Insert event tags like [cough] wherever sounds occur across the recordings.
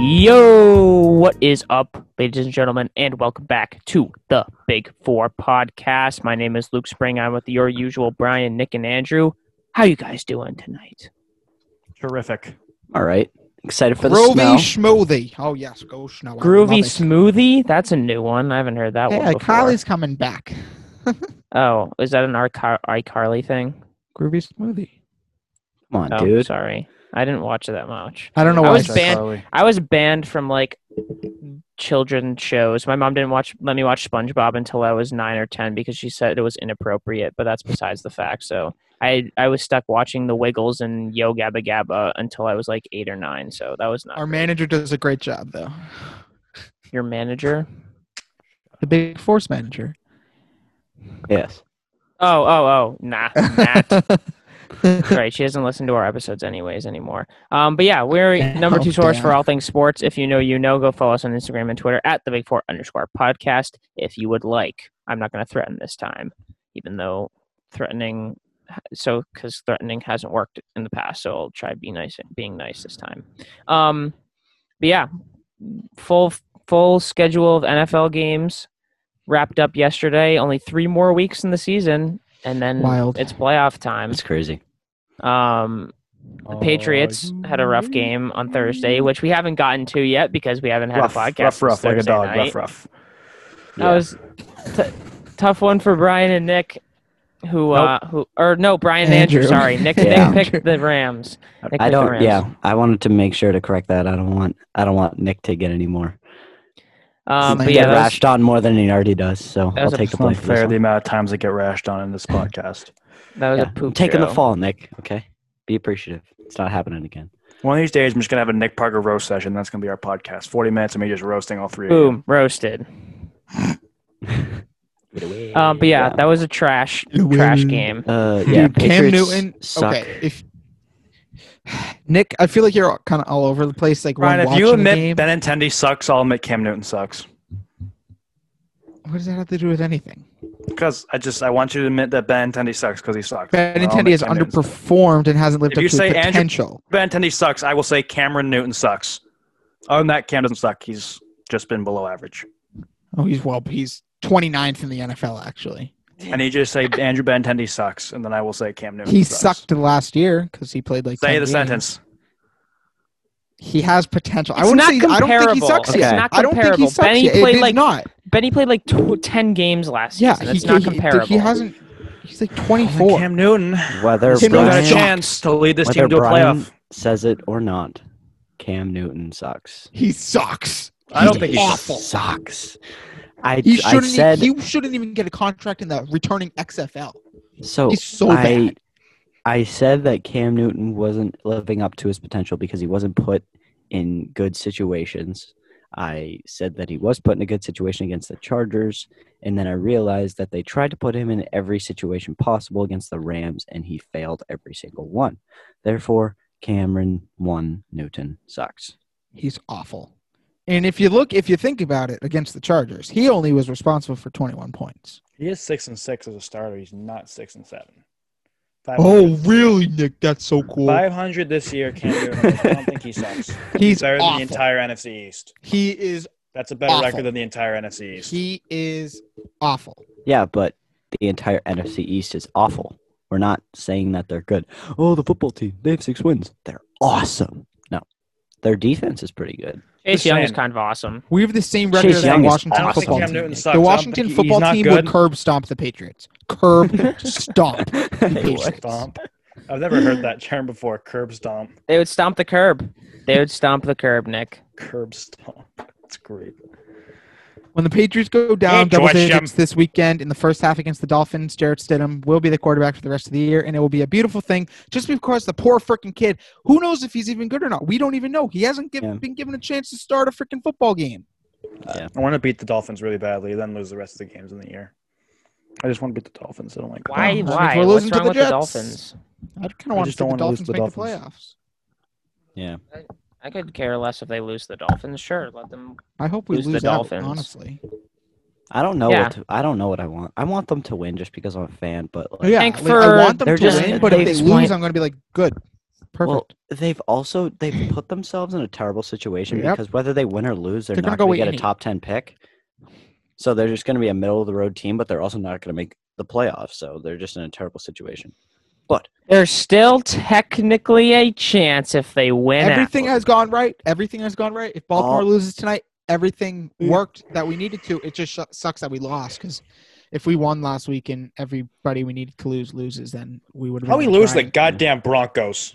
Yo, what is up, ladies and gentlemen, and welcome back to the Big Four podcast. My name is Luke Spring. I'm with your usual Brian, Nick, and Andrew. How you guys doing tonight? Terrific. All right. Excited for the Groovy snow. schmoothie. Oh yes, go snow. I love Groovy it. smoothie. That's a new one. I haven't heard that Yeah, one before. Kylie's coming back. Oh, is that an Arcar- iCarly thing? Groovy smoothie. Come on, Oh, dude. sorry, I didn't watch it that much. I don't know I why. was it's- banned- I was banned from like children shows. My mom didn't watch let me watch SpongeBob until I was nine or ten because she said it was inappropriate. But that's besides the fact. So I I was stuck watching The Wiggles and Yo Gabba Gabba until I was like eight or nine. So that was not Our manager does a great job though. your manager. The big force manager. Yes. Oh oh oh nah nah. [laughs] right. She doesn't listen to our episodes anyways anymore. Um, but yeah, we're Damn, number two source for damn. all things sports. If you know, you know. Go follow us on Instagram and Twitter at the Big Four underscore podcast if you would like. I'm not going to threaten this time, even though threatening. So, because threatening hasn't worked in the past, so I'll try be nice being nice this time. Um, but yeah, full full schedule of NFL games wrapped up yesterday. Only three more weeks in the season, and then Wild. it's playoff time. That's crazy. Um, the Patriots Oh, had a rough game on Thursday, which we haven't gotten to yet because we haven't had Rough, a podcast. rough, rough, since like a Thursday dog. night. Rough, rough. That was t- tough one for Brian and Nick, who uh, who or no Brian and Andrew. Andrew. Sorry, Nick. Yeah. Nick picked the Rams. Nick I picked The don't Rams. yeah, I wanted to make sure to correct that. I don't want I don't want Nick to get any more. Um, but Slam yeah, that get was, rashed on more than he already does, so that I'll was a- take the It's blame not for this fair the one. amount of times I get rashed on in [laughs] this podcast. that was Yeah, a I'm poop. taking the show. fall, Nick. Okay. Be appreciative. It's not happening again. One of these days, I'm just gonna have a Nick Parker roast session. That's gonna be our podcast. Forty minutes of me just roasting all three. Of you. Boom, roasted. Get away. Um, but yeah, that was a trash trash game. uh, Dude, yeah, Cam Patriots Newton. suck. Okay, if [sighs] Nick, I feel like you're kind of all over the place. Like Brian, when if you watching the game, admit Benintendi sucks, I'll admit Cam Newton sucks. what does that have to do with anything? Oh, Because I just I want you to admit that Benintendi sucks because he sucks. And I'll Benintendi admit has Cam Newton sucks. underperformed and hasn't lived If up you to say his Andrew- potential. Benintendi sucks, I will say Cameron Newton sucks. Other than that, Cam doesn't suck. He's just been below average. Oh, he's well, he's 29th in the NFL actually. I need you to say Andrew Benintendi sucks, and then I will say Cam Newton. He sucks. sucked last year because he played like. Say 10 the games. sentence. He has potential. I It's wouldn't not say I don't think he comparable. sucks It's yet. not I don't think he comparable. sucks Benny yet. It played is like- not. Benny played like tw- ten games last Yeah, season. he- It's not he- comparable. He, hasn't. He's like 24. Cam Newton Whether Cam still Newton got a Brian, sucks. chance to lead this whether team to a Brian playoff. says it or not, Cam Newton sucks. he sucks. I don't He's think he awful. sucks. I, He I shouldn't. e- said he shouldn't even get a contract in the returning XFL. Oh, so. He's so I bad. I said that Cam Newton wasn't living up to his potential because he wasn't put in good situations. I said that he was put in a good situation against the Chargers, and then I realized that they tried to put him in every situation possible against the Rams, and he failed every single one. Therefore, Cameron one Newton sucks. He's awful. And if you look, if you think about it, against the Chargers, he only was responsible for 21 points. He is six and six as a starter. He's not six and seven. Oh, really, Nick? That's so cool. Five hundred this year, Cam Newton. I don't think he sucks. He's better awful. than the entire NFC East. he is. That's a better Awful. record than the entire NFC East. He is awful. Yeah, but the entire NFC East is awful. We're not saying that they're good. Oh, the football team, they have six wins. They're awesome. No, their defense is pretty good. [laughs] Chase Just Young is saying. kind of awesome. We have the same Chase record as the Young is Washington awesome. football team. I don't think Cam Newton Nick. sucks. I The don't Washington think he- he's football not team good. would curb stomp the Patriots. Curb [laughs] stomp. They would. Stomp. I've never heard that term before. Curb stomp. They would stomp the curb. They would stomp the curb, Nick. Curb stomp. That's great. When the Patriots go down Hey, double George digits this weekend in the first half against the Dolphins, Jarrett Stidham will be the quarterback for the rest of the year, and it will be a beautiful thing. Just because the poor freaking kid, who knows if he's even good or not? We don't even know. He hasn't give, Yeah. been given a chance to start a freaking football game. I want to beat the Dolphins really badly, then lose the rest of the games in the year. I just want to beat the Dolphins. I don't like. [laughs] Why? means why? we're What's losing to wrong the with the Jets. Dolphins? I kind I of want to just see the don't wanna lose Dolphins the make the Dolphins. playoffs. Yeah. I could care less if they lose the Dolphins. Sure, let them. I hope we Lose lose, the out, Dolphins. honestly. I don't know Yeah. what to, I don't know what I want. I want them to win just because I'm a fan, but like, Yeah, think like, for- I want them they're to just- win, but if they've they explained- lose, I'm going to be like, good. Perfect. Well, they've also they've put themselves in a terrible situation Yep. because whether they win or lose, they're, They're gonna not go going to get eight. a top ten pick. So they're just going to be a middle of the road team, but they're also not going to make the playoffs. So they're just in a terrible situation. There's still technically a chance if they win. everything out. has gone right. Everything has gone right. If Baltimore All- loses tonight, everything Mm. worked that we needed to. It just sh- sucks that we lost because if we won last week and everybody we needed to lose loses, then we would. How we [laughs] lose the goddamn Broncos?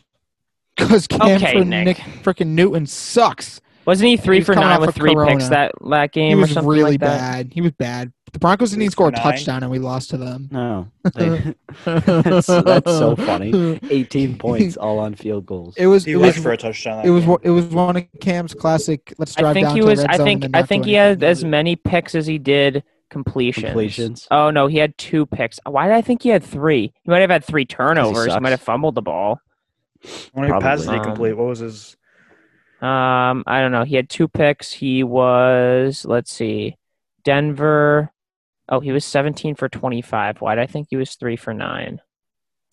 Because Cam Okay, for Nick. Nick freaking Newton sucks. Wasn't he three He's for coming nine off with of three picks Corona. that that game or He was something really like that? bad. He was bad. The Broncos didn't even score a Nine. touchdown, and we lost [laughs] to them. No, [laughs] they, that's, that's so funny. Eighteen points, all on field goals. It was. He It rushed was. for a touchdown. It was. that one- It was one of Cam's classic. Let's drive I think down he to was. the red I zone think and I not do think he anything. had as many picks as he did completions. Completions. Oh no, he had two picks. Why did I think he had three? He might have had three turnovers. He, sucks. might have fumbled the ball. game. How many passes did he Probably. complete? What was his? Um, I don't know. He had two picks. He was. Let's see, Denver. Oh, he was seventeen for twenty-five. Why did I think he was three for nine?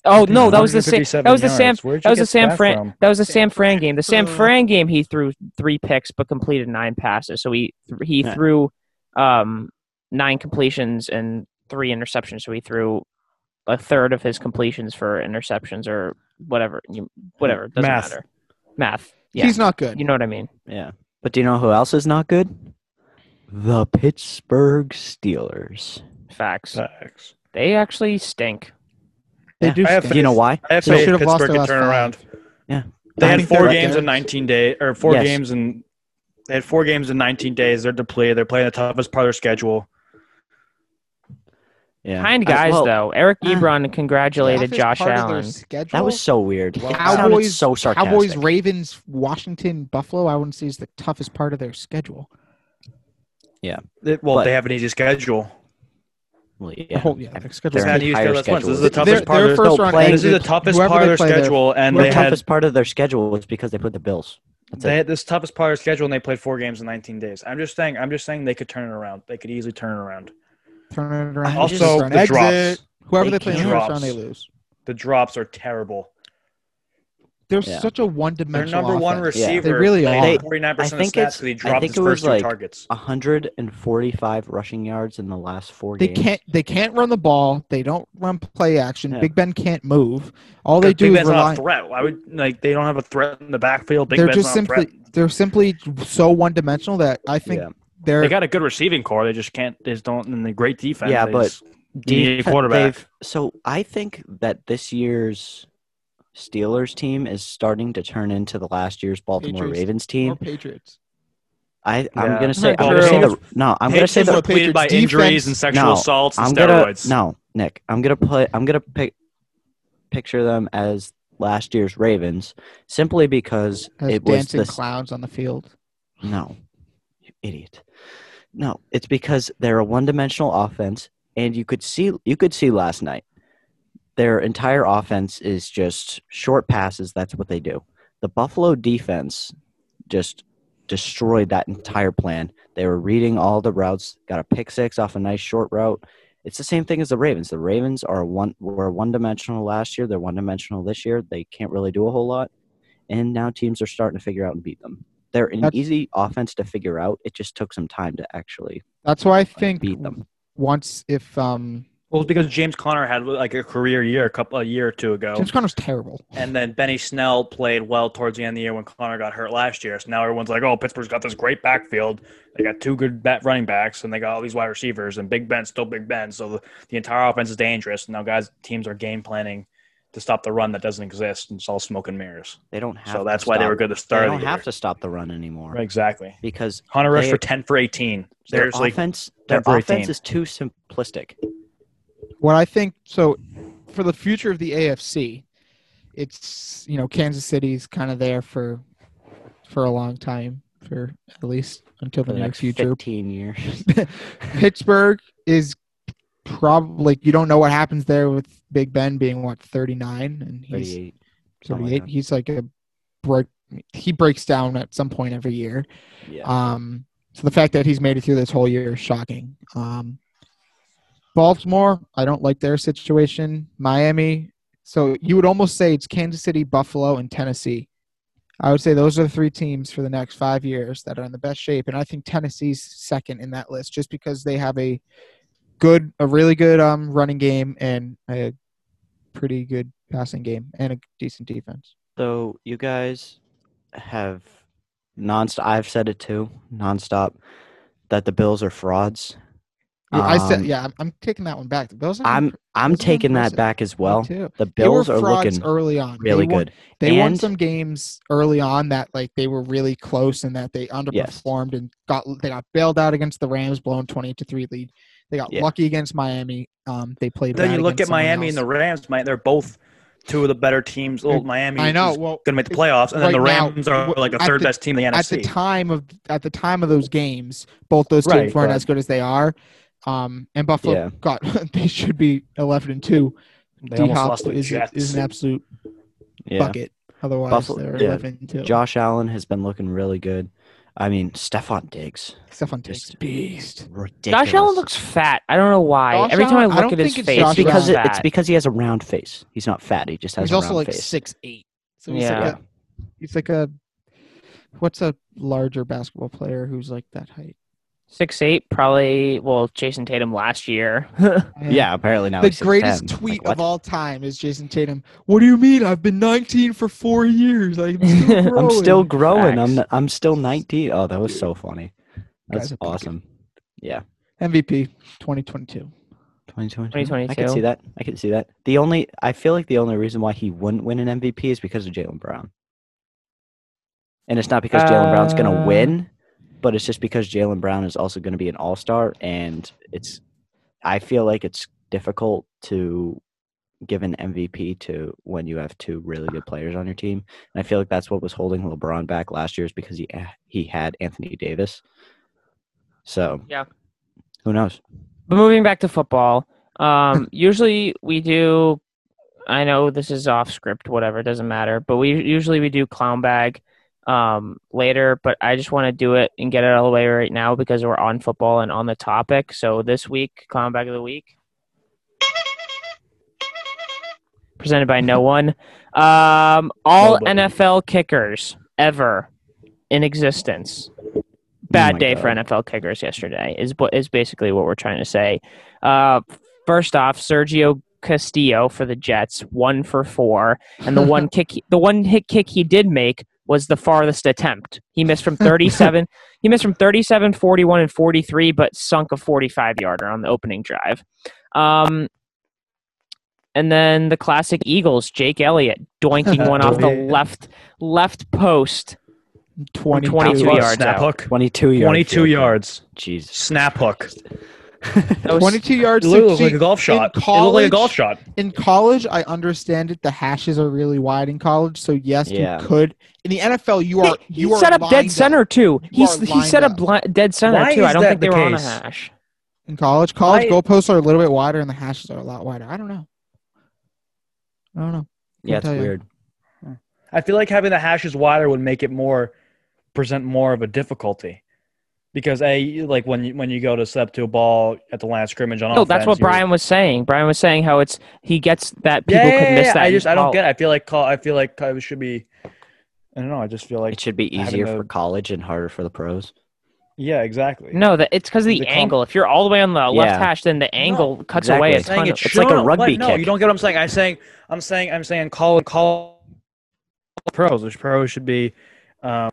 Oh no, that was the same. That was the Sam. That That was the Sam Fran. From? That was the Sam Fran game. The Sam Uh. Fran game, he threw three picks but completed nine passes. So he he Yeah. threw um, nine completions and three interceptions. So he threw a third of his completions for interceptions or whatever. You, whatever doesn't Math. matter. Math. Yeah, He's not good. you know what I mean. Yeah, but do you know who else is not good? The Pittsburgh Steelers. Facts. Facts. They actually stink. They Yeah. do. I have stink. Do you know why? I have They faith should have lost Pittsburgh their could last turn five. around. Yeah. They I had think four they're games better. in 19 days, or four Yes. games in. They had four games in 19 days. They're depleted. They're playing the toughest part of their schedule. Yeah, Kind I- guys well, though. Eric [sighs] Ah. Ebron congratulated Toughest Josh part of their Allen. schedule? That was so weird. Wow. It sounded Cowboys- so sarcastic. Cowboys, Ravens, Washington, Buffalo. I wouldn't say is the toughest part of their schedule. They- well, But- they have an easy schedule. Well, The yeah. whole Oh, yeah, their schedule. It's They're not on an easy higher schedule. That's once. This is the schedule. toughest Their- part. their of first No, round playing- this is the exit, toughest whoever part they of their play there. schedule, and the they had toughest part of their schedule was because they put the Bills. That's They it. had this toughest part of their schedule, and they played four games in 19 days. I'm just saying. I'm just saying they could turn it around. They could easily turn it around. Turn it around. Also, first Also, round the exit. drops. Whoever They they, play in the can't. first round, they lose. The drops are terrible. They're Yeah. such a Their one-dimensional. number one offense. Yeah. receiver. They really had are. They- 49% I of think stats because it's- he I dropped think his it was first two like- targets. 145 rushing yards in the last four They games. can't. They can't run the ball. They don't run play action. Yeah. Big Ben can't move. All they do Big is Ben's not rely. a threat. Why would like they don't have a threat in the backfield? Big They're Ben's just not a threat. simply. They're simply so one-dimensional that I think Yeah. they're. They got a good receiving core. They just can't. They just don't. And the great defense. Yeah, they but- just- You need a quarterback. they've- So I think that this year's Steelers team is starting to turn into the last year's Baltimore Patriots. Ravens more team. Patriots. I, I'm Yeah. gonna say I'm True. gonna say the, no. I'm gonna say Patriots were the depleted by Patriots injuries defense- and sexual No, assaults and I'm gonna steroids. no Nick. I'm gonna play. I'm gonna pick picture them as last year's Ravens simply because As it was dancing the clowns on the field. No, you idiot. No, it's because they're a one-dimensional offense, and you could see you could see last night. Their entire offense is just short passes. That's what they do. The Buffalo defense just destroyed that entire plan. They were reading all the routes. Got a pick six off a nice short route. It's the same thing as the Ravens. The Ravens are one were one dimensional last year. They're one dimensional this year. They can't really do a whole lot, and now teams are starting to figure out and beat them. They're an That's- easy offense to figure out. It just took some time to actually That's why I think beat them. once if um Well, it's because James Conner had like a career year a couple a year or two ago, James Conner's terrible. and then Benny Snell played well towards the end of the year when Conner got hurt last year. So now everyone's like, "Oh, Pittsburgh's got this great backfield. They got two good bat running backs, and they got all these wide receivers. And Big Ben's still Big Ben, so the, the entire offense is dangerous." And now guys, teams are game planning to stop the run that doesn't exist, and it's all smoke and mirrors. They don't have. So to that's why they stop- were good to They start. of don't the have year. to stop the run anymore Right, exactly. because Hunter rushed They- for ten for eighteen. their There's like offense. Their 10 for offense 18. is too simplistic. What I think so for the future of the AFC, it's you know Kansas City's kind of there for for a long time for at least until for the the near next future. 15 years. [laughs] Pittsburgh is probably like you don't know what happens there with Big Ben being what 39 and he's 38. something like 38. that. he's like a break he breaks down at some point every year. Yeah. Uh, Um, so the fact that he's made it through this whole year is shocking. Um, Baltimore, I don't like their situation. Miami, So you would almost say it's Kansas City, Buffalo, and Tennessee. I would say those are the three teams for the next five years that are in the best shape, and I think Tennessee's second in that list just because they have a good, a really good um, running game and a pretty good passing game and a decent defense. So you guys have nonstop. I've said it too, nonstop, that the Bills are frauds. Mm-hmm. Yeah, I said, Um, yeah, I'm, I'm taking that one back. The Bills. have been I'm I'm That's taking that impressive. back as pretty well. good, too. The They were Bills are frauds looking early on. They really won- good. They won And- some games early on that like they were really close and that they Yes. underperformed and got they got bailed out against the Rams, blown twenty to three lead. They got Yeah. lucky against Miami. Um, they played. Then bad you look against at someone Miami else. and the Rams. Mate, they're both two of the better teams. Well, Mm, Miami. I know. is Well, Gonna make the playoffs, and then Right the now, Rams are w- like the at third the- best team in the at the NFC. time of at the time of those games, both those teams Right, weren't but- as good as they are. Um, and Buffalo Yeah. got [laughs] they should be eleven and two. They D almost Hop lost to the is, a- is Jets. an absolute Yeah. bucket. Otherwise, Buffalo- they're yeah. eleven and two. Josh Allen has been looking really good. I mean, Stefan Diggs, Stefan Diggs, Just- beast. ridiculous. Josh Allen looks fat. I don't know why. Josh Every time Allen- I I look don't at his think it's face, Josh It's because he's it, Allen. fat. it's because he has a round face. He's not fat. He just has He's a also round like face. six eight. So he's Yeah. like a he's like a what's a larger basketball player who's like that height? six eight, probably. Well, Jason Tatum last [laughs] year. [laughs] Yeah, apparently now Uh, The he's 6'10". greatest Like, tweet what? of all time is Jason Tatum. What do you mean? I've been 19 for four years. I'm still growing. [laughs] I'm still growing. I'm Facts. I'm still 19. Oh, that was so funny. Guys That's are pretty good. awesome. Yeah. MVP 2022. 2022. I can 2022. see that. I can see that. The only I feel like the only reason why he wouldn't win an MVP is because of Jalen Brown. And it's not because Jalen Brown's gonna Uh, win, but it's just because Jalen Brown is also gonna be an all star and it's I feel like it's difficult to give an MVP to when you have two really good players on your team. And I feel like that's what was holding LeBron back last year is because he he had Anthony Davis. So Yeah. Who knows? Oh But moving back to football, um, usually we do. I know this is off script, whatever, it doesn't matter. But we usually we do clown bag um, later. But I just want to do it and get it out of the way right now because we're on football and on the topic. So this week, clown bag of the week, presented by no one. Um, all Nobody. NFL kickers ever in existence my bad day for God. NFL kickers yesterday is bu- is basically what we're trying to say. Uh, first off, Sergio Castillo for the Jets, one for four, and the [laughs] one kick, the one hit kick he did make was the farthest attempt. He missed from [laughs] 37, he missed from 37, 41, and 43, but sunk a 45 yarder on the opening drive. Um, and then the classic Eagles, Jake Elliott [laughs] doinking one off the Yeah. left left post. 22. 22 Plus yards snap out. hook. Twenty two yards. 22 yards. Jesus. Snap hook. That was- 22 yards. It to looked like Jake- a golf shot. in it looked like a golf college- shot. in college, I understand it. The hashes are really wide in college, so yes, Yeah. you could. In the NFL, you are he, you he are set up lined dead center too. He are he set lined up bli- dead center Why too. is I don't that think they the were on a case? hash. in college. College Why- goalposts are a little bit wider, and the hashes are a lot wider. I don't know. I don't know. Yeah, it's tell you. weird. I feel like having the hashes wider would make it more present more of a difficulty. Because a like when you, when you go to set up to a ball at the line of scrimmage on No, offense, that's what you're- Brian was saying. Brian was saying how it's he gets that people yeah, yeah, could miss yeah, that. I in just I don't college. get. It. I feel like call, I feel like it should be. I don't know. I just feel like It should be having easier the- for college and harder for the pros. yeah, exactly. No, that it's because of the, The com- angle. if you're all the way on the Yeah. left hash, then the angle cuts away a exactly. ton. saying of- it it's like a shouldn't, rugby but no, kick. you don't get what I'm saying. I'm saying I'm saying I'm saying call call pros, which pros should be um,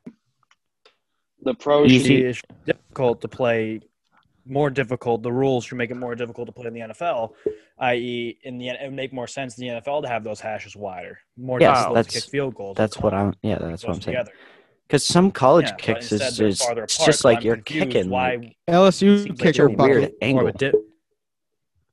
The pros You should see- be it should be difficult to play. More difficult. The rules should make it more difficult to play in the NFL, i.e., in the N- it would make more sense in the NFL to have those hashes wider, more Yes, difficult that's- to kick field goals. That's what I'm. Yeah, Keep that's what those I'm saying. together. Because some college Yeah, but kicks instead is, they're is farther it's apart, just so like I'm you're confused kicking. why like, LSU Seems like kicker your you're bucket. weird more angle. of a dip.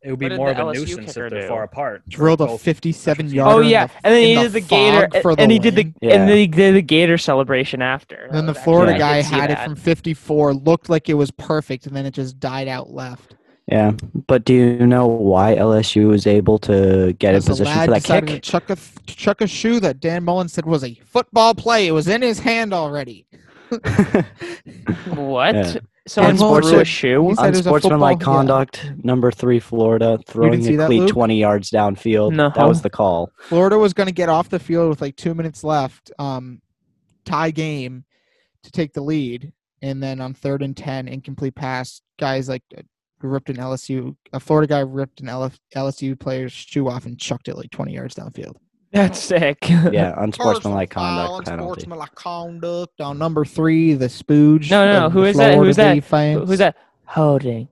It would be What did more the of a LSU nuisance kicker if they're do? far apart. drilled a Both- 57 yard. Oh yeah, and then he in did the the gator, fog for and, the and he did the win. Yeah. and then he did the gator celebration after. Oh, And then That the was Florida actually- I guy did see had it that. from 54, looked like it was perfect, and then it just died out left. Yeah, but do you know why LSU was able to get in Because the position lad for that decided kick? To chuck a th- to chuck a shoe that Dan Mullen said was [laughs] a football play. It was in his hand already. [laughs] What? Yeah. Someone And what sports was threw a it? shoe. He's- said it was a Unsportsmanlike football- yeah. conduct, number three, Florida, throwing see a that, cleat Luke? 20 yards downfield. No. That was [laughs] the call. Florida was going to get off the field with like two minutes left, um, tie game to take the lead, and then on third and ten, incomplete pass. Guys like uh, ripped an LSU, a Florida guy ripped an LF, LSU player's shoe off and chucked it like twenty yards downfield. [laughs] That's sick. Yeah, unsportsmanlike Personal foul, conduct penalty. Unsportsmanlike conduct on number three, the Spooge. No, no, no, of who the is that? Who is Florida that? defense. Who's that? Holding.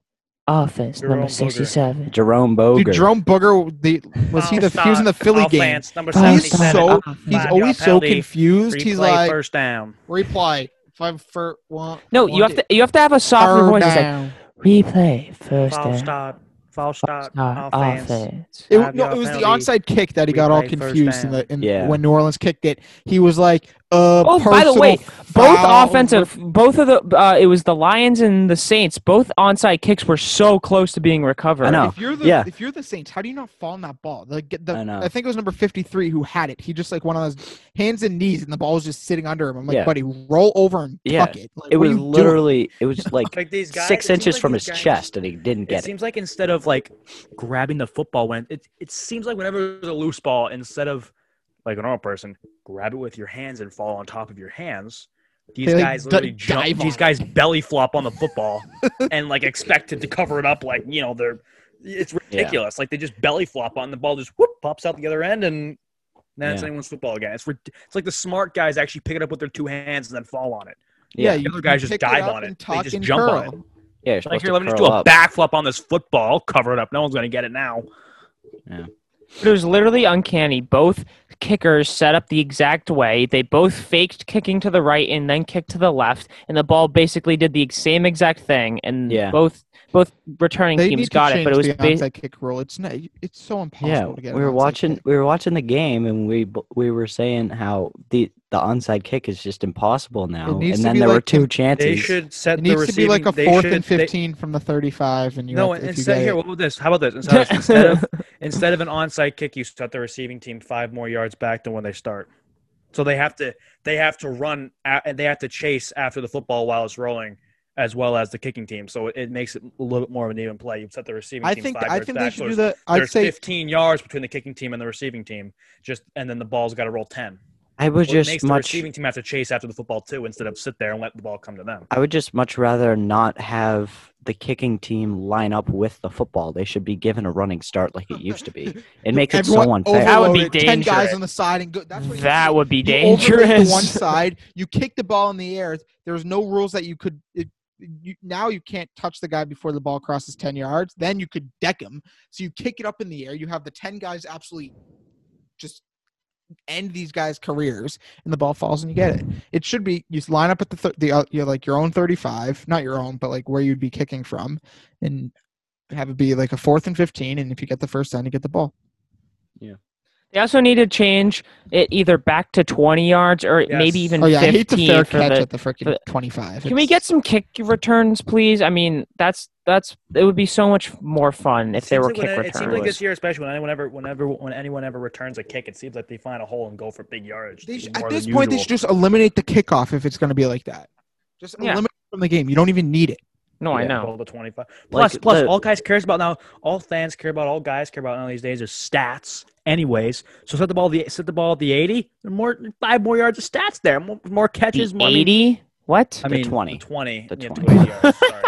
Offense Jerome number Booger. sixty-seven. Jerome Boger. Dude, Jerome Booger. The, was Oh, he the? He was in the Philly game. Offense, number He's 77. so- He's Five-yard always so penalty, confused. Replay He's like, first down. reply. If I'm for one. No, you have to. You have to have a softer Third voice. It's like down. replay first Foul down. stop. Foul False stop. start, Offense. Offense. It, Five no, yard it was the penalty. onside kick that he got all Replay first confused in down. the in, Yeah. when New Orleans kicked it. He was like, uh, Oh, by the way, personal Both foul. offensive, both of the, uh, it was the Lions and the Saints. Both onside kicks were so close to being recovered. I know. If you're the Yeah. if you're the Saints, how do you not fall on that ball? Like get the, I know. I think it was number fifty three who had it. He just like one of those hands and knees, and the ball was just sitting under him. I'm like, Yeah. buddy, roll over and Yeah. tuck it. Like, what It are was you doing? literally, it [laughs] was like Like these guys, six it seems inches like from these his guys- chest, and he didn't It get it. seems like instead of like grabbing the football when it, it seems like whenever there's a loose ball, instead of like a normal person, grab it with your hands and fall on top of your hands. These They, like, guys d- literally dive jump. on These it. guys belly flop on the football [laughs] and like expected to cover it up. Like you know they're it's ridiculous. Like they just belly flop on the ball, just whoop pops out the other end, and now it's Yeah. anyone's football again. It's rid- it's like the smart guys actually pick it up with their two hands and then fall on it. Yeah, The you- other you guys just pick dive up on and it. They tuck just and jump on it. curl. yeah. You're Like supposed here, to let me just do curl a up. backflip on this football, cover it up. No one's gonna get it now. But it was literally uncanny. Both kickers set up the exact way. They both faked kicking to the right and then kicked to the left, and the ball basically did the ex- same exact thing. And Yeah. both both returning They teams need to got it, but it was change the ba- onside kick rule. It's not, it's so impossible Yeah, to get. we an were onside watching. kick. We were watching the game, and we b- we were saying how the the onside kick is just impossible now. needs And to then be there were like two him- chances. They should set It the needs to be receiving. like a they fourth should- and they- fifteen from the thirty-five, and you no, have to- if you instead get here. it- What about this? How about this? Instead, of- [laughs] instead of instead of an onside kick, you set the receiving team five more yards back than when they start. So they have to they have to run a- and they have to chase after the football while it's rolling, as well as the kicking team. So it, it makes it a little bit more of an even play. You set the receiving I team think five I yards think back. they so should do there's- the. I'd there's say 15 yards between the kicking team and the receiving team. Just and then the ball's got to roll 10. I would Well, it just makes much. the receiving team have to chase after the football too, instead of sit there and let the ball come to them. I would just much rather not have the kicking team line up with the football. They should be given a running start like it used to be. It makes it so everyone unfair. That would be overloaded, Ten guys dangerous. on the side and go. That's what you that do. would be You overload dangerous. To one side, you kick the ball in the air. There's no rules that you could. It, you, now you can't touch the guy before the ball crosses ten yards. Then you could deck him. So you kick it up in the air. You have the ten guys absolutely just end these guys' careers, and the ball falls and you get it. It should be you line up at the th- the uh, you know, like your own thirty-five, not your own, but like where you'd be kicking from, and have it be like a fourth and fifteen. And if you get the first down, you get the ball. They also need to change it either back to twenty yards or Yes. maybe even Oh yeah, I hate the fifteen fair for catch the at the for freaking the- twenty-five. Can we It's- get some kick returns, please? I mean, that's that's it would be so much more fun if It there seems were like kick when- It seems returns. like this year, especially when anyone ever, whenever, when anyone ever returns a kick, it seems like they find a hole and go for big yardage. They sh- more at than this point, they usual. should just eliminate the kickoff if it's going to be like that. Just Yeah. eliminate it from the game. You don't even need it. no, Oh, I Yeah, know. Goal to 25. Like Plus, plus, the- all guys cares about now. All fans care about. All guys care about now these days is stats. Anyways, so set the ball. The set the ball at the eighty. There are More five more yards of stats there. More, more catches. more, I mean- Eighty? What? I The mean, 20. The twenty. The yeah, 20. 20 yards, sorry.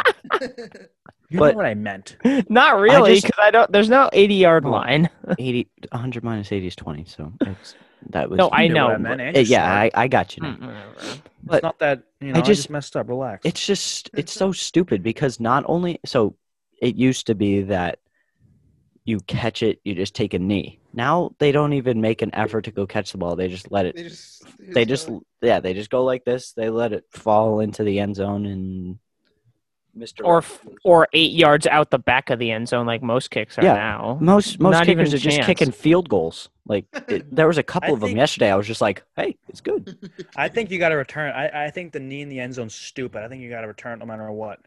you But- know what I meant. [laughs] Not really, just- because I, don't. There's no eighty-yard Oh. line. 80, 100 minus 80 is 20. So it's, that was. No, I You what know, I meant, and Uh, you're yeah, smart. I, I got you. now. Mm-mm. but it's not that. You know, I just- just messed up. Relax. It's just it's so stupid because not only so it used to be that you catch it, you just take a knee. Now they don't even make an effort to go catch the ball. They just let it. just. They just yeah, they just go like this. They let it fall into the end zone and Mr. Or f- or eight yards out the back of the end zone, like most kicks are Yeah. now. most most not even kickers are just chance. kicking field goals. [laughs] Like it, there was a couple of them think- yesterday. I was just like, hey, it's good. I think you got to return. I, I think the knee in the end zone's stupid. I think you got to return it no matter what.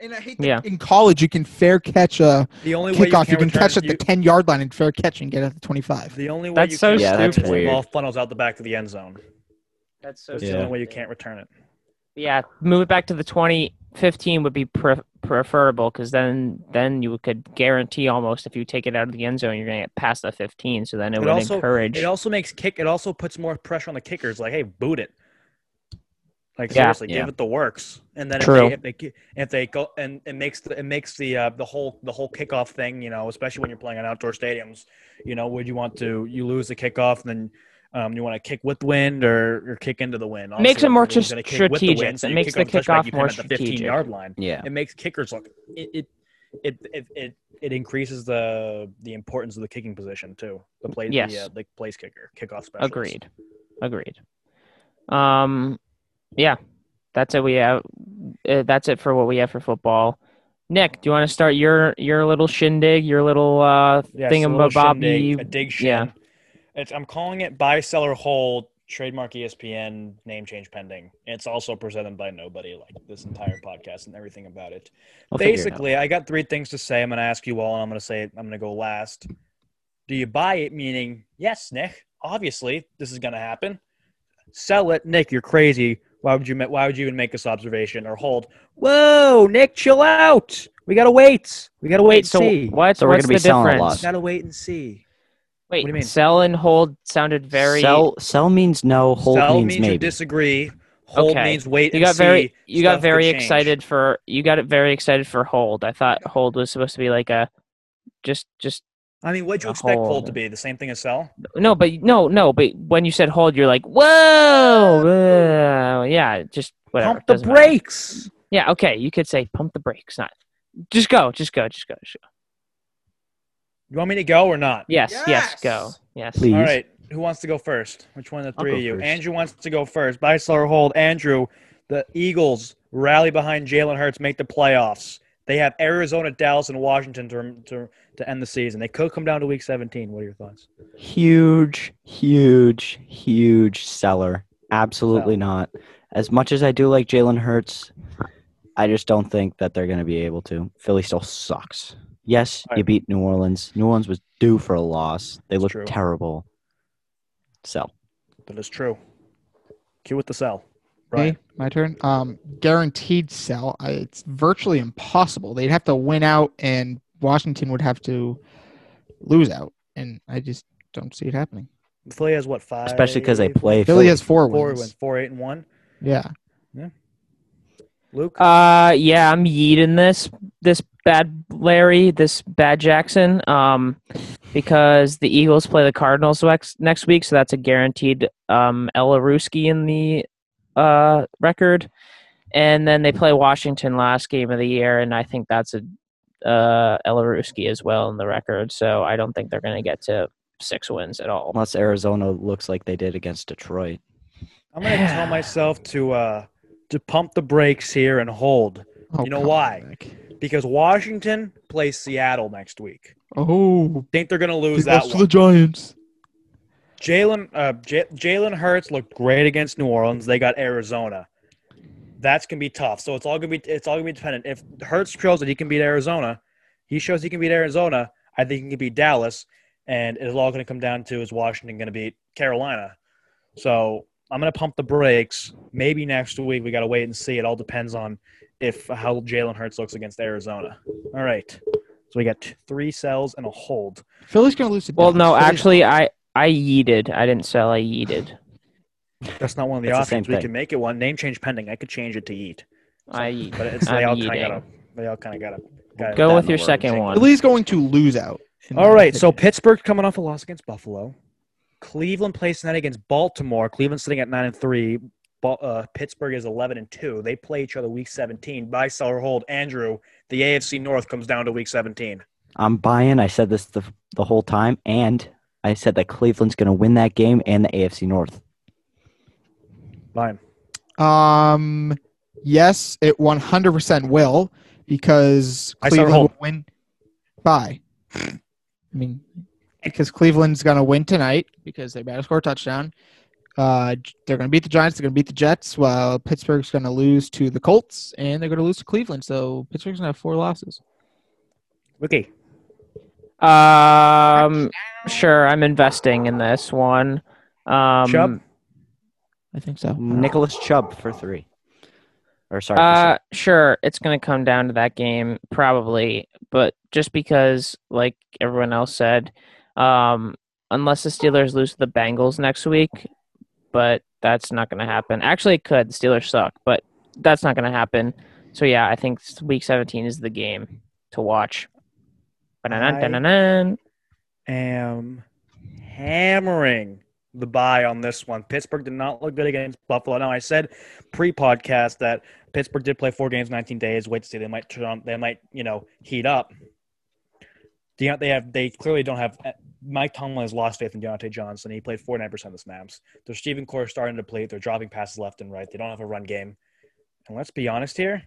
And I hate Yeah. that in college you can fair catch a The only way kickoff. You can return catch it- at the ten yard line and fair catch and get at the twenty you- five. The only way That's you so can't Yeah, return that's it is the weird. ball funnels out the back of the end zone. That's so. That's Yeah. the only way you can't return it. Yeah, move it back to the twenty. 15 would be pre- preferable because then then you could guarantee almost if you take it out of the end zone, you're going to get past the 15. So then it, It would also- encourage. It also makes kick. It also puts more pressure on the kickers. Like, hey, boot it. Like Yeah. seriously, Yeah. give it the works. And then True. if they if they, if they go and it makes the, it makes the uh, the whole the whole kickoff thing. You know, especially when you're playing on outdoor stadiums. You know, would you want to you lose the kickoff and then. Um, you want to kick with wind or, or kick into the wind? Obviously, Makes it more everybody's just gonna kick with the strategic. wind, so It you makes kick the on touchback, kickoff you pin more at the 15 strategic. yard line Yeah. it makes kickers look it it it it, it, it increases the the importance of the kicking position too. The play Yes. the, uh, the place kicker kickoff special. Agreed. Agreed. Um, yeah, that's it. We have. Uh, that's it for what we have for football. Nick, do you want to start your your little shindig, your little uh, Yeah, thing about Bobby? a dig shin. yeah. It's, I'm calling it buy seller hold trademark E ESPN name change pending. It's also presented by nobody like this entire podcast and everything about it. I'll figure it out. Basically, I got three things to say. I'm going to ask you all, and I'm going to say I'm going to go last. Do you buy it? Meaning, yes, Nick. Obviously, this is going to happen. Sell it, Nick. You're crazy. Why would you? ma- Why would you even make this observation or hold? Whoa, Nick, chill out. We gotta wait. We gotta wait. Wait, and so see. what's, So we're what's gonna be the selling a difference? lot. Gotta wait and see. Wait, What do you mean? sell and hold sounded very. sell. Sell means no. Hold Sell means, means, maybe. you disagree. Hold Okay. means wait. you and got very see. you got Stuff could very change. excited for you got it very excited for hold. I thought hold was supposed to be like a just just I mean, what'd you A expect hold. hold. to be? The same thing as sell? no, but no no. But when you said hold, you're like whoa, whoa. yeah, just whatever. Pump the doesn't matter. brakes. Yeah, okay. You could say pump the brakes. Not just go, just go, just go. Just go. You want me to go or not? Yes, yes, go. Yes. Please. All right. Who wants to go first? Which one of the I'll three go of you? first. Andrew wants to go first. Buy, sell, or hold. Andrew, the Eagles rally behind Jalen Hurts, make the playoffs. They have Arizona, Dallas, and Washington to, to, to end the season. They could come down to week 17. What are your thoughts? Huge, huge, huge seller. Absolutely not. As much as I do like Jalen Hurts, I just don't think that they're going to be able to. Philly still sucks. Yes, All you right. beat New Orleans. New Orleans was due for a loss. They It's looked true. terrible. Sell. That is true. Cue with the sell. Me? Right. my turn. Um, guaranteed sell. I, it's virtually impossible. They'd have to win out, and Washington would have to lose out, and I just don't see it happening. Philly has what five? Especially because they play Philly Philly. has four, four wins. wins, four eight and one. Yeah, Luke, Uh yeah, I'm yeeting this this bad Larry, this bad Jackson. Um because the Eagles play the Cardinals next next week, so that's a guaranteed um Ella Ruski in the uh record. And then they play Washington last game of the year, and I think that's a uh Ella Ruski as well in the record. So I don't think they're gonna get to six wins at all. unless Arizona looks like they did against Detroit. I'm gonna tell myself to uh to pump the brakes here and hold Oh, You know come on, why? Nick. because Washington plays Seattle next week. Oh, Think they're gonna lose that that's to one. the Giants. Jalen uh, J- Jalen Hurts looked great against New Orleans. They got Arizona. That's gonna be tough. So it's all gonna be it's all gonna be dependent. If Hurts shows that he can beat Arizona, he shows he can beat Arizona. I think he can beat Dallas, and it's all gonna come down to is Washington gonna beat Carolina. So I'm gonna pump the brakes. Maybe next week we gotta wait and see. It all depends on if how Jalen Hurts looks against Arizona. All right. So we got t- three cells and a hold. Philly's gonna lose to. Well Dallas. no, Philly's- actually I I yeeted. I didn't sell, I yeeted. That's not one of the That's the options. same we thing. can make it one. Name change pending. I could change it to eat, I yeeted. but [laughs] it's I'm they all kind eating. of gotta. They all kind of gotta. gotta Go that with in the your world. second one. Philly's going to lose out. in all my right, so opinion. Pittsburgh coming off a loss against Buffalo. Cleveland plays tonight against Baltimore. Cleveland sitting at nine and three. Ba- uh, Pittsburgh is eleven and two. They play each other week seventeen. Buy, sell, or hold. Andrew, the AFC North comes down to week seventeen. I'm buying. I said this the, the whole time, and I said that Cleveland's going to win that game and the AFC North. Fine. Um, yes, it 100% will because I said Cleveland hold. will win. Bye. I mean, because Cleveland's going to win tonight because they better score a touchdown. Uh, J- they're going to beat the Giants. They're going to beat the Jets. While Pittsburgh's going to lose to the Colts and they're going to lose to Cleveland. So Pittsburgh's going to have four losses. Okay. Um, sure, I'm investing in this one. Um, Chubb? I think so. [sighs] [sighs] Nicholas Chubb for three. Or sorry, Uh, sure, it's going to come down to that game probably, but just because, like everyone else said, um, unless the Steelers lose to the Bengals next week, but that's not going to happen. Actually, it could. The Steelers suck, but that's not going to happen. So yeah, I think s- Week 17 is the game to watch. Ba-na-na, I- da-na-na. am hammering the buy on this one. Pittsburgh did not look good against Buffalo. Now I said pre-podcast that Pittsburgh did play four games, in 19 days. Wait to see they might turn on, they might you know heat up. Deont- they have they clearly don't have. Mike Tomlin has lost faith in Deontay Johnson. He played 49 percent of the snaps. Their Stephen Core starting to play. They're dropping passes left and right. They don't have a run game. And let's be honest here.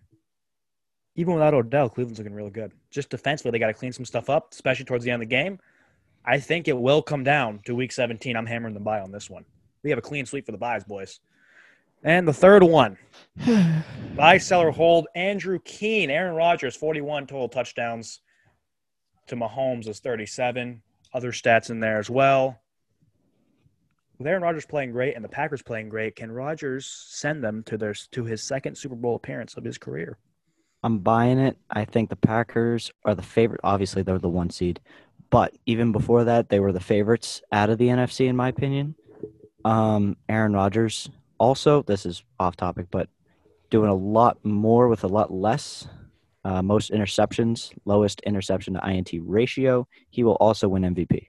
Even without Odell, Cleveland's looking really good. Just defensively, they got to clean some stuff up, especially towards the end of the game. I think it will come down to week 17. I'm hammering the buy on this one. We have a clean sweep for the buys, boys. And the third one, buy, seller, hold. Andrew Keene, Aaron Rodgers, 41 total touchdowns to Mahomes is 37. Other stats in there as well. With Aaron Rodgers playing great and the Packers playing great, can Rodgers send them to their to his second Super Bowl appearance of his career? I'm buying it. I think the Packers are the favorite. Obviously, they're the one seed, but even before that, they were the favorites out of the NFC, in my opinion. Um, Aaron Rodgers. Also, this is off topic, but doing a lot more with a lot less. Uh, most interceptions, lowest interception to INT ratio. He will also win MVP.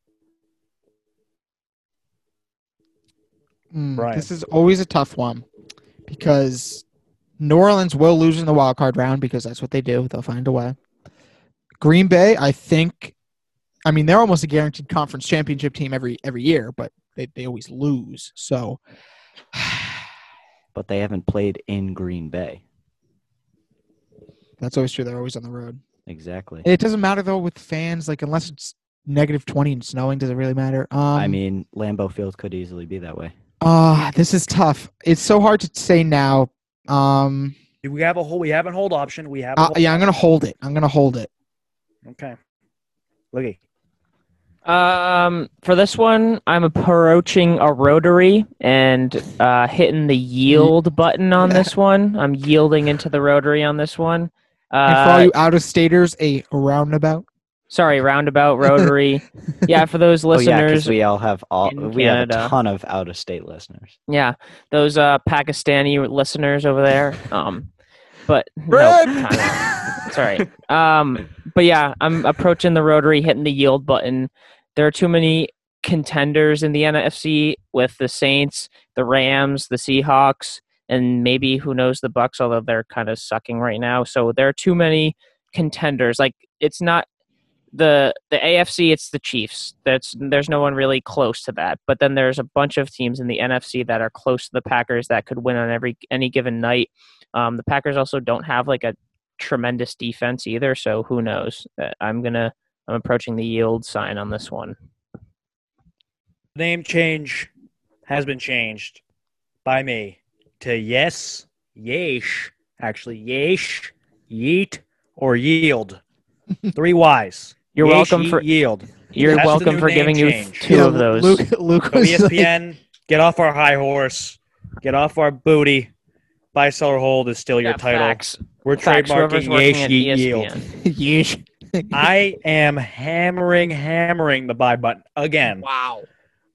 Mm, Brian. This is always a tough one because New Orleans will lose in the wild card round because that's what they do. They'll find a way. Green Bay, I think, I mean they're almost a guaranteed conference championship team every every year, but they, they always lose. So [sighs] But they haven't played in Green Bay. that's always true. They're always on the road. Exactly. It doesn't matter though with fans, like unless it's negative twenty and snowing, does it really matter? Um, I mean, Lambeau Field could easily be that way. ah, this is tough. It's so hard to say now. Um, We have a whole we have a hold option. We have a uh, hold- yeah, I'm gonna hold it. I'm gonna hold it. okay. Lookie. Um, for this one, I'm approaching a rotary and uh, hitting the yield button on this one. I'm yielding into the rotary on this one. And for all Uh, you out of staters, a roundabout. sorry, roundabout rotary. [laughs] yeah, for those oh, yeah, 'cause listeners, we all have all in we have Canada. a ton of out of state listeners. yeah, those uh, Pakistani listeners over there. Um, but no, [laughs] time out. It's all right. Um, but yeah, I'm approaching the rotary, hitting the yield button. There are too many contenders in the NFC with the Saints, the Rams, the Seahawks, and maybe who knows the Bucks, although they're kind of sucking right now. So there are too many contenders. Like it's not the the AFC, it's the Chiefs. That's there's no one really close to that. But then there's a bunch of teams in the NFC that are close to the Packers that could win on every any given night. Um, the Packers also don't have like a tremendous defense either. So who knows? Uh, I'm gonna I'm approaching the yield sign on this one. name change has been changed by me to yes, yesh, actually yesh, yeet, or yield. [laughs] Three Y's. You're Yesh, welcome yeet, for yield. you're That's the welcome new for name giving change. you two Yeah, of those. Luke, Luke Go E was [laughs] like- ESPN. Get off our high horse. Get off our booty. Buy, sell, or hold is still your Yeah, title. facts. We're Facts. Whoever's trademarking working yesh, at E yeet, yield. ESPN. [laughs] Yeesh. I am hammering, hammering the buy button again. Wow.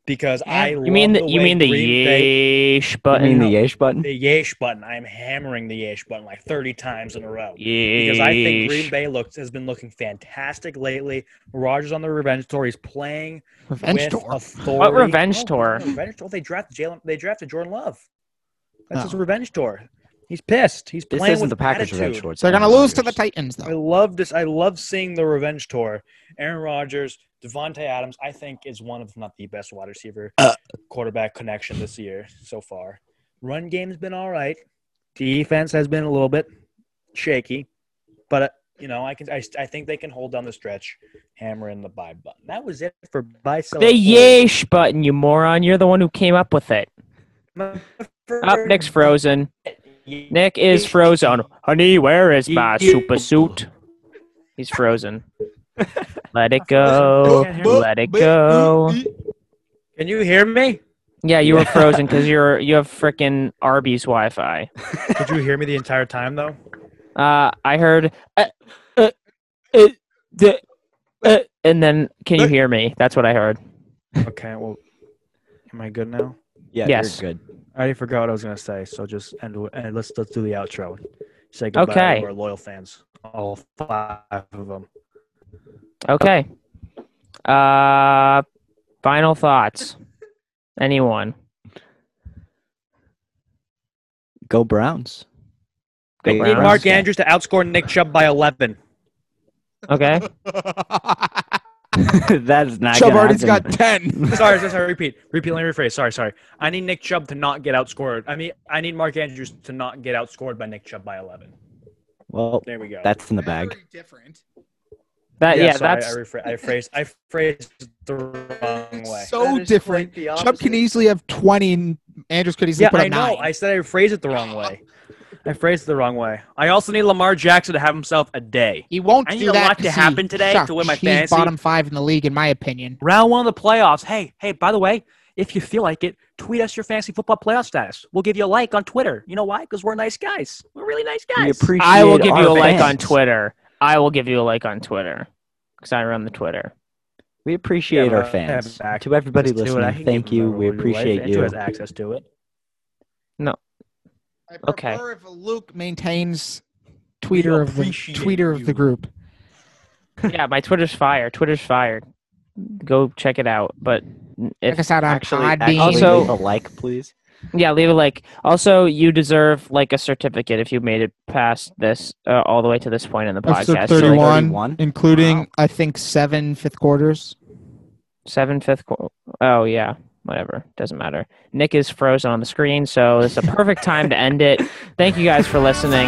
Because I You mean love the, the you way mean the Green Bay yeesh I mean button? the Yesh button? the yesh button. I am hammering the yesh button like 30 times in a row. Yeesh. Because I think Green Bay looks has been looking fantastic lately. Rogers on the revenge tour. He's playing Revenge with tour. authority. Oh, What revenge No, tour? no, Revenge tour. They drafted Jalen. They drafted Jordan Love. That's Oh. his revenge tour. He's pissed. He's This playing isn't with the Packers attitude. revenge tour. it's So they're Aaron gonna lose to the Rodgers. Titans I though. love this. I love seeing the revenge tour. Aaron Rodgers, Devontae Adams, I think is one of, if not the best wide receiver quarterback connection this year so far. Run game's been all right. Defense has been a little bit shaky, but uh, you know I can. I, I think they can hold down the stretch, hammer in the buy button. That was it for buy sell. The or hold. yeesh button, you moron. You're the one who came up with it. Up next, Frozen. Nick is frozen. Honey, where is my super suit? He's frozen. Oh, Let it go. Let it go. Can you hear me? Yeah, you were frozen because you're you have freaking Arby's Wi-Fi. Did you hear me the entire time though? Uh, I heard, uh, uh, uh, the, uh, and then can Uh. you hear me? That's what I heard. Okay, well, am I good now? Yeah, Yes. you're good. I already forgot what I was gonna say, so just end w- and let's let's do the outro. Say goodbye Okay. to our loyal fans, all five of them. Okay. Uh, final thoughts. Anyone? Go Browns. Go Big Need Browns. Mark Andrews to outscore Nick Chubb by 11. [laughs] Okay. [laughs] That's not. Chubb gonna already's got happen. ten. [laughs] sorry, sorry, sorry. Repeat, repeat. Let me rephrase. Sorry, sorry. I need Nick Chubb to not get outscored. I mean, I need Mark Andrews to not get outscored by Nick Chubb by 11. Well, There we go. that's in the bag. Different. That yeah. sorry, that's I, rephr- I phrased. I phrased the wrong way. So different. Chubb can easily have twenty, and Andrews could easily Yeah, put up I know. nine. I said I phrased it the wrong way. I phrased it the wrong way. I also need Lamar Jackson to have himself a day. He won't I need do a that lot to 'cause he happen today sucks. to win my He's fantasy. bottom five in the league, in my opinion. Round one of the playoffs. Hey, hey, by the way, if you feel like it, tweet us your fantasy football playoff status. We'll give you a like on Twitter. You know why? Because we're nice guys. We're really nice We guys. appreciate. I will give our you a like fans. on Twitter. I will give you a like on Twitter because I run the [laughs] Twitter. We appreciate Yeah, our but I fans. have access To everybody to it. I listening, can thank give him you. a We little life. appreciate Andrew you. has access to it. I Okay. prefer if Luke maintains tweeter of the appreciate tweeter of the you. group. yeah, my Twitter's fire. Twitter's fired. Go check it out. But Check if, us out on Actually, Podbean. actually Also- leave a like, please. yeah, leave a like. Also, you deserve like a certificate if you made it past this uh, all the way to this point in the Episode podcast. So, like, 31, 31? including Wow. I think seven fifth quarters. Seven fifth. Qu- oh yeah, whatever. Doesn't matter. Nick is frozen on the screen, so it's a perfect time to end it. Thank you guys for listening.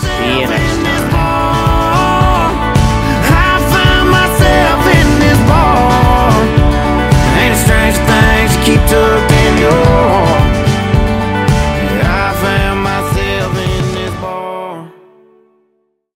See you next time.